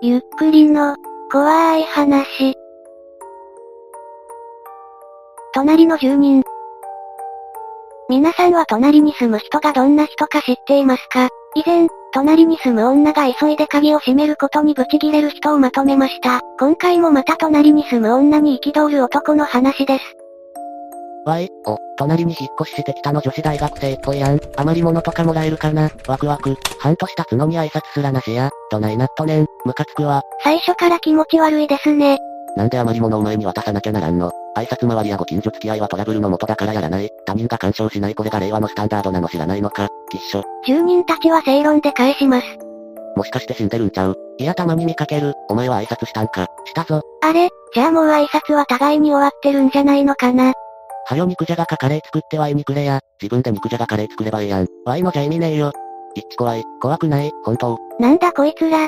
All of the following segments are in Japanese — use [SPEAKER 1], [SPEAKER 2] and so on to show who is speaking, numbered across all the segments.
[SPEAKER 1] ゆっくりの、怖い話。隣の住人。皆さんは隣に住む人がどんな人か知っていますか以前、隣に住む女が急いで鍵を閉めることにブチギレる人をまとめました。今回もまた隣に住む女に憤る男の話です。
[SPEAKER 2] わい、お、隣に引っ越ししてきたの女子大学生っぽいやん。余り物とかもらえるかな。ワクワク。半年経つのに挨拶すらなしや。どないなっとねん。ムカつくわ。
[SPEAKER 1] 最初から気持ち悪いですね。
[SPEAKER 2] なんで余り物お前に渡さなきゃならんの挨拶回りやご近所付き合いはトラブルの元だからやらない。他人が干渉しないこれが令和のスタンダードなの知らないのか。きっしょ。
[SPEAKER 1] 住人たちは正論で返します。
[SPEAKER 2] もしかして死んでるんちゃういやたまに見かける。お前は挨拶したんか。したぞ。
[SPEAKER 1] あれじゃあもう挨拶は互いに終わってるんじゃないのかな。
[SPEAKER 2] はよ肉じゃがかカレー作ってワイにくれや。自分で肉じゃがカレー作ればええやん。ワイのじゃ意味ねえよ。いっち怖い。怖くない。本当。
[SPEAKER 1] なんだこいつら。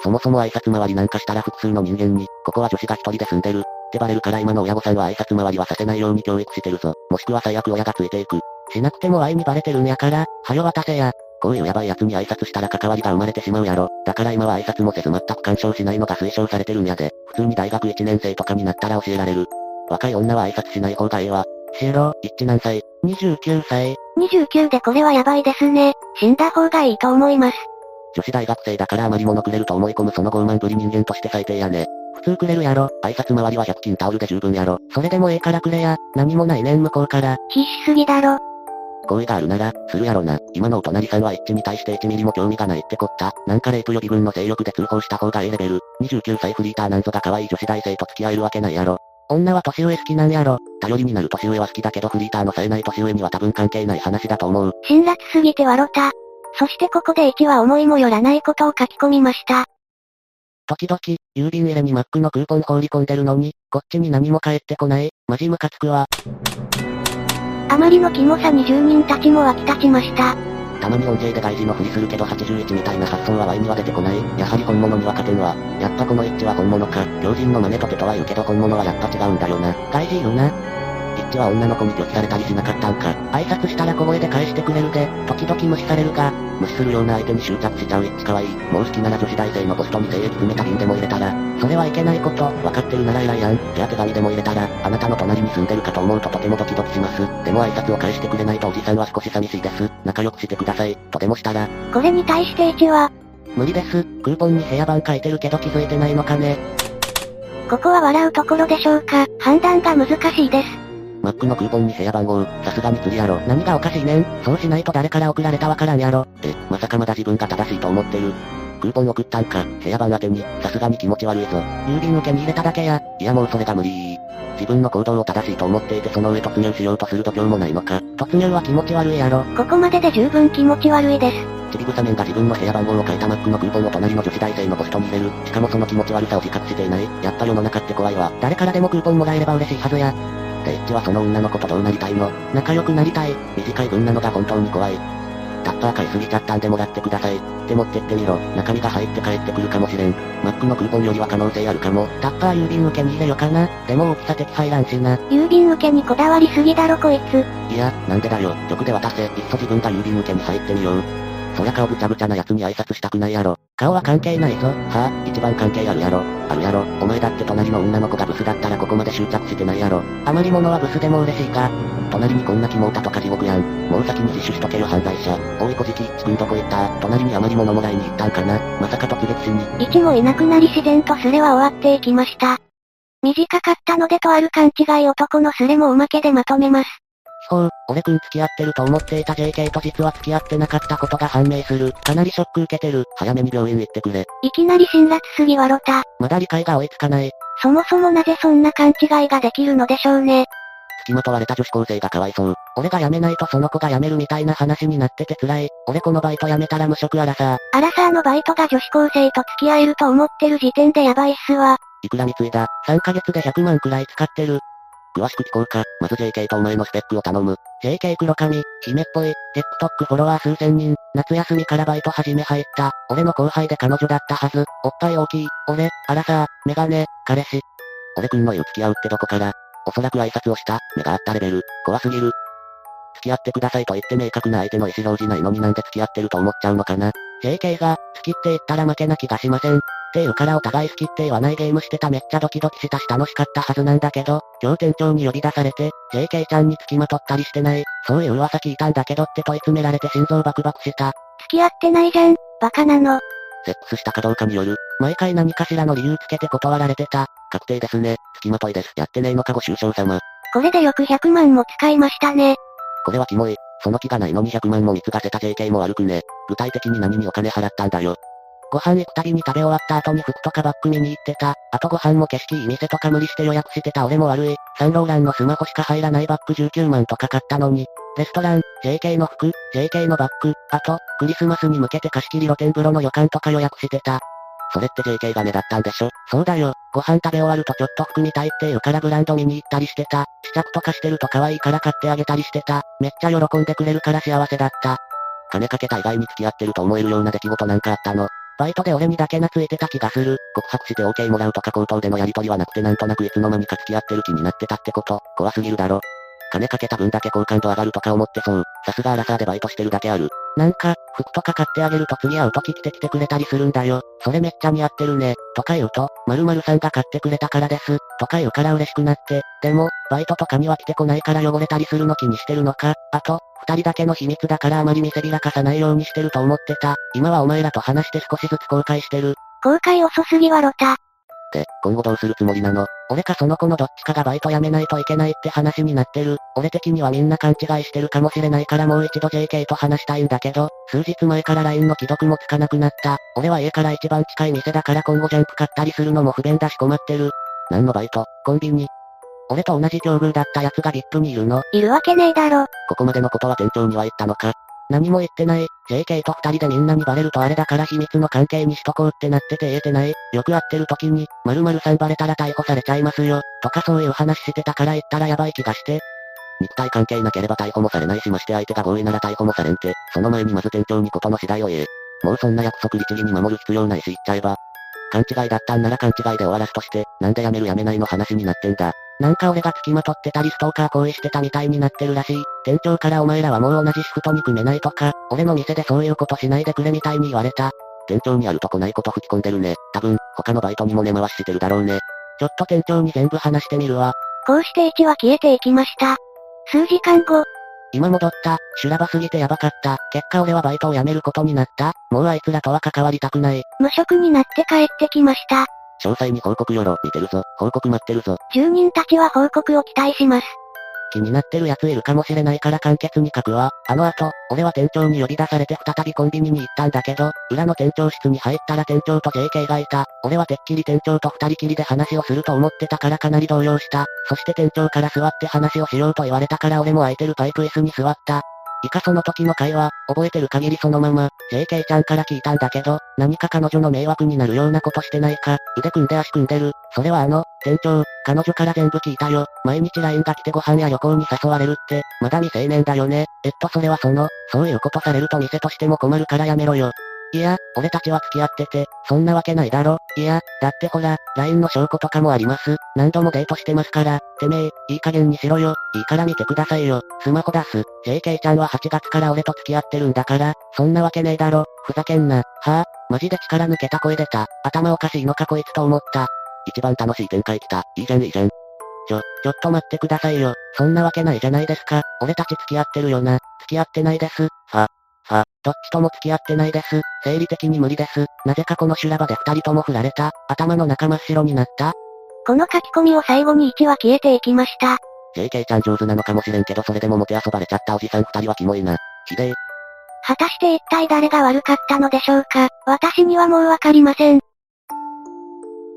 [SPEAKER 2] そもそも挨拶回りなんかしたら普通の人間に、ここは女子が一人で住んでる。ってバレるから今の親御さんは挨拶回りはさせないように教育してるぞ。もしくは最悪親がついていく。しなくても愛にバレてるんやから、はよ渡せや。こういうやばい奴に挨拶したら関わりが生まれてしまうやろ。だから今は挨拶もせず全く干渉しないのが推奨されてるんやで。普通に大学1年生とかになったら教えられる。若い女は挨拶しない方がいいわ。しろ、一致何歳 ?29 歳。
[SPEAKER 1] 29でこれはやばいですね。死んだ方がいいと思います。
[SPEAKER 2] 女子大学生だから余り物くれると思い込むその傲慢ぶり人間として最低やね。普通くれるやろ。挨拶回りは100均タオルで十分やろ。それでもええからくれや。何もないねん向こうから。
[SPEAKER 1] 必死すぎだろ。
[SPEAKER 2] 好意があるなら、するやろな。今のお隣さんは一致に対して1ミリも興味がないってこった。なんかレイプ予備軍の勢力で通報した方がええレベル。29歳フリーターなんぞが可愛い女子大生と付き合えるわけないやろ。女は年上好きなんやろ。頼りになる年上は好きだけどフリーターの冴えない年上には多分関係ない話だと思う。
[SPEAKER 1] 辛辣すぎて笑った。そしてここで1は思いもよらないことを書き込みました。
[SPEAKER 2] 時々、郵便入れにマックのクーポン放り込んでるのに、こっちに何も返ってこない。マジムカつくわ。
[SPEAKER 1] あまりのキモさに住人たちも沸き立ちました。
[SPEAKER 2] たまに音声で外事のふりするけど81みたいな発想は Y には出てこない。やはり本物には勝てんわ。やっぱこの一致は本物か。狂人の真似とてとは言うけど本物はやっぱ違うんだよな。外事よな。一致は女の子に拒否されたりしなかったんか。挨拶したら小声で返してくれるで、時々無視されるが、無視するような相手に執着しちゃう一致かわいい。もう好きなら女子大生のポストに精液詰めた瓶でも入れたら、それはいけないこと、わかってるなら偉いやん。じゃあ手紙でも入れたら、あなたの隣に住んでるかと思うととてもドキドキします。でも挨拶を返してくれないとおじさんは少し寂しいです。仲良くしてください。とでもしたら。
[SPEAKER 1] これに対して一は、
[SPEAKER 2] 無理です。クーポンに部屋番書いてるけど気づいてないのかね。
[SPEAKER 1] ここは笑うところでしょうか。判断が難しいです。
[SPEAKER 2] マックのクーポンに部屋番号、さすがに釣りやろ。何がおかしいねん。そうしないと誰から送られたわからんやろ。え、まさかまだ自分が正しいと思ってる。クーポン送ったんか、部屋番宛てに、さすがに気持ち悪いぞ。郵便受けに入れただけや。いやもうそれが無理自分の行動を正しいと思っていてその上突入しようとする度胸もないのか。突入は気持ち悪いやろ。
[SPEAKER 1] ここまでで十分気持ち悪いです。
[SPEAKER 2] ちびぐさ面が自分の部屋番号を書いたマックのクーポンを隣の女子大生のポストに入れる。しかもその気持ち悪さを自覚していない。やっぱ世の中って怖いわ。誰からでもクーポンもらえれば嬉しいはずや。ってエッチはその女の子とどうなりたいの仲良くなりたい。短い分なのが本当に怖い。タッパー買いすぎちゃったんでもらってください。って持ってってみろ。中身が入って帰ってくるかもしれん。マックのクーポンよりは可能性あるかも。タッパー郵便受けに入れよかな。でも大きさ的入らんしな。
[SPEAKER 1] 郵便受けにこだわりすぎだろこいつ。
[SPEAKER 2] いや、なんでだよ。直で渡せ。いっそ自分が郵便受けに入ってみよう。そりゃ顔ぐちゃぐちゃな奴に挨拶したくないやろ。顔は関係ないぞ。はあ、一番関係あるやろ。あるやろ。お前だって隣の女の子がブスだったらここまで執着してないやろ。余り物はブスでも嬉しいか。隣にこんなキモータとか地獄やん。もう先に自首しとけよ犯罪者。おいこじき、自分どこ行った隣に余り物もらいに行ったんかな。まさか突撃しに。
[SPEAKER 1] 一もいなくなり自然とスレは終わっていきました。短かったのでとある勘違い男のスレもおまけでまとめます。
[SPEAKER 2] ほう、俺くん付き合ってると思っていた JK と実は付き合ってなかったことが判明する。かなりショック受けてる。早めに病院行ってくれ。
[SPEAKER 1] いきなり辛辣すぎわろた。
[SPEAKER 2] まだ理解が追いつかない。
[SPEAKER 1] そもそもなぜそんな勘違いができるのでしょうね。
[SPEAKER 2] 付きまとわれた女子高生がかわいそう。俺が辞めないとその子が辞めるみたいな話になってて辛い。俺このバイト辞めたら無職アラサ
[SPEAKER 1] ー。アラサーのバイトが女子高生と付き合えると思ってる時点でやばいっすわ。
[SPEAKER 2] いくら貢いだ ?3 ヶ月で100万くらい使ってる。詳しく聞こうか。まず JK とお前のスペックを頼む。JK 黒髪、姫っぽい、TikTok フォロワー数千人、夏休みからバイト始め入った、俺の後輩で彼女だったはず、おっぱい大きい、俺、アラサー、メガネ、彼氏。俺くんの言う付き合うってどこからおそらく挨拶をした、目が合ったレベル、怖すぎる。付き合ってくださいと言って明確な相手の意思表示ないのになんで付き合ってると思っちゃうのかな ?JK が、好きって言ったら負けな気がしません。ていうからお互い好きって言わないゲームしてためっちゃドキドキしたし楽しかったはずなんだけど、今日店長に呼び出されて、JK ちゃんに付きまとったりしてない、そういう噂聞いたんだけどって問い詰められて心臓バクバクした。
[SPEAKER 1] 付き合ってないじゃん、バカなの。
[SPEAKER 2] セックスしたかどうかによる、毎回何かしらの理由つけて断られてた。確定ですね。付きまといです。やってねえのかご愁傷様。
[SPEAKER 1] これでよく100万も使いましたね。
[SPEAKER 2] これはキモい。その気がないのに100万も貢がせた JK も悪くね。具体的に何にお金払ったんだよ。ご飯行くたびに食べ終わった後に服とかバッグ見に行ってた。あとご飯も景色いい店とか無理して予約してた俺も悪い。サンローランのスマホしか入らないバッグ19万とか買ったのに。レストラン、JK の服、JK のバッグ、あと、クリスマスに向けて貸し切り露天風呂の予感とか予約してた。それって JK が目立ったんでしょそうだよ。ご飯食べ終わるとちょっと服見たいっていうからブランド見に行ったりしてた。試着とかしてると可愛いから買ってあげたりしてた。めっちゃ喜んでくれるから幸せだった。金かけた以外に付き合ってると思えるような出来事なんかあったの。バイトで俺にだけ懐いてた気がする。告白して OK もらうとか口頭でのやり取りはなくてなんとなくいつの間にか付き合ってる気になってたってこと。怖すぎるだろ。金かけた分だけ好感度上がるとか思ってそう。さすがアラサーでバイトしてるだけある。なんか、服とか買ってあげると次会う時着てきてくれたりするんだよ。それめっちゃ似合ってるね。とか言うと、〇〇さんが買ってくれたからです。とか言うから嬉しくなって。でも、バイトとかには来てこないから汚れたりするの気にしてるのか。あと、二人だけの秘密だからあまり見せびらかさないようにしてると思ってた。今はお前らと話して少しずつ後悔してる。
[SPEAKER 1] 後悔遅すぎはロタ。
[SPEAKER 2] って、今後どうするつもりなの俺かその子のどっちかがバイト辞めないといけないって話になってる。俺的にはみんな勘違いしてるかもしれないからもう一度 JK と話したいんだけど、数日前から LINE の既読もつかなくなった。俺は家から一番近い店だから今後ジャンプ買ったりするのも不便だし困ってる。何のバイトコンビニ。俺と同じ境遇だった奴が VIP にいるの
[SPEAKER 1] いるわけねえだろ。
[SPEAKER 2] ここまでのことは店長には言ったのか。何も言ってない。JK と二人でみんなにバレるとあれだから秘密の関係にしとこうってなってて言えてない。よく会ってる時に、〇〇さんバレたら逮捕されちゃいますよ。とかそういう話してたから言ったらやばい気がして。肉体関係なければ逮捕もされないしまして相手が合意なら逮捕もされんて、その前にまず店長にことの次第を言え。もうそんな約束律儀に守る必要ないし言っちゃえば。勘違いだったんなら勘違いで終わらすとして、なんで辞める辞めないの話になってんだ。なんか俺が付きまとってたりストーカー行為してたみたいになってるらしい。店長からお前らはもう同じシフトに組めないとか、俺の店でそういうことしないでくれみたいに言われた。店長にあるとこないこと吹き込んでるね。多分、他のバイトにも根回ししてるだろうね。ちょっと店長に全部話してみるわ。
[SPEAKER 1] こうして1は消えていきました。数時間後、
[SPEAKER 2] 今戻った、修羅場すぎてやばかった。結果俺はバイトを辞めることになった。もうあいつらとは関わりたくない。
[SPEAKER 1] 無職になって帰ってきました。
[SPEAKER 2] 詳細に報告よろ。見てるぞ。報告待ってるぞ。
[SPEAKER 1] 住人たちは報告を期待します。
[SPEAKER 2] 気になってる奴いるかもしれないから簡潔に書くわ。あの後、俺は店長に呼び出されて再びコンビニに行ったんだけど、裏の店長室に入ったら店長と JK がいた。俺はてっきり店長と二人きりで話をすると思ってたからかなり動揺した。そして店長から座って話をしようと言われたから俺も空いてるパイプ椅子に座った。以下その時の会話、覚えてる限りそのまま、JK ちゃんから聞いたんだけど、何か彼女の迷惑になるようなことしてないか、腕組んで足組んでる。それはあの、店長、彼女から全部聞いたよ。毎日 LINE が来てご飯や旅行に誘われるって、まだ未成年だよね。えっとそれはその、そういうことされると店としても困るからやめろよ。いや、俺たちは付き合ってて、そんなわけないだろ。いや、だってほら、LINE の証拠とかもあります。何度もデートしてますから、てめえ、いい加減にしろよ。いいから見てくださいよ。スマホ出す。JK ちゃんは8月から俺と付き合ってるんだから、そんなわけねえだろ。ふざけんな。はぁ、マジで力抜けた声出た。頭おかしいのかこいつと思った。一番楽しい展開来た。いいじゃんいいじゃん。ちょ、ちょっと待ってくださいよ。そんなわけないじゃないですか。俺たち付き合ってるよな。付き合ってないです。は、は、どっちとも付き合ってないです。生理的に無理です。なぜかこの修羅場で二人とも振られた。頭の中真っ白になった。
[SPEAKER 1] この書き込みを最後に1は消えていきました。
[SPEAKER 2] JK ちゃん上手なのかもしれんけどそれでももてあそばれちゃったおじさん二人はキモいな。ひでえ。
[SPEAKER 1] 果たして一体誰が悪かったのでしょうか私にはもうわかりません。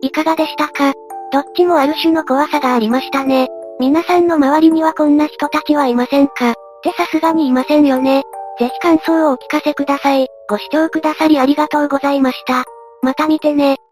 [SPEAKER 1] いかがでしたかどっちもある種の怖さがありましたね。皆さんの周りにはこんな人たちはいませんかってさすがにいませんよね。ぜひ感想をお聞かせください。ご視聴くださりありがとうございました。また見てね。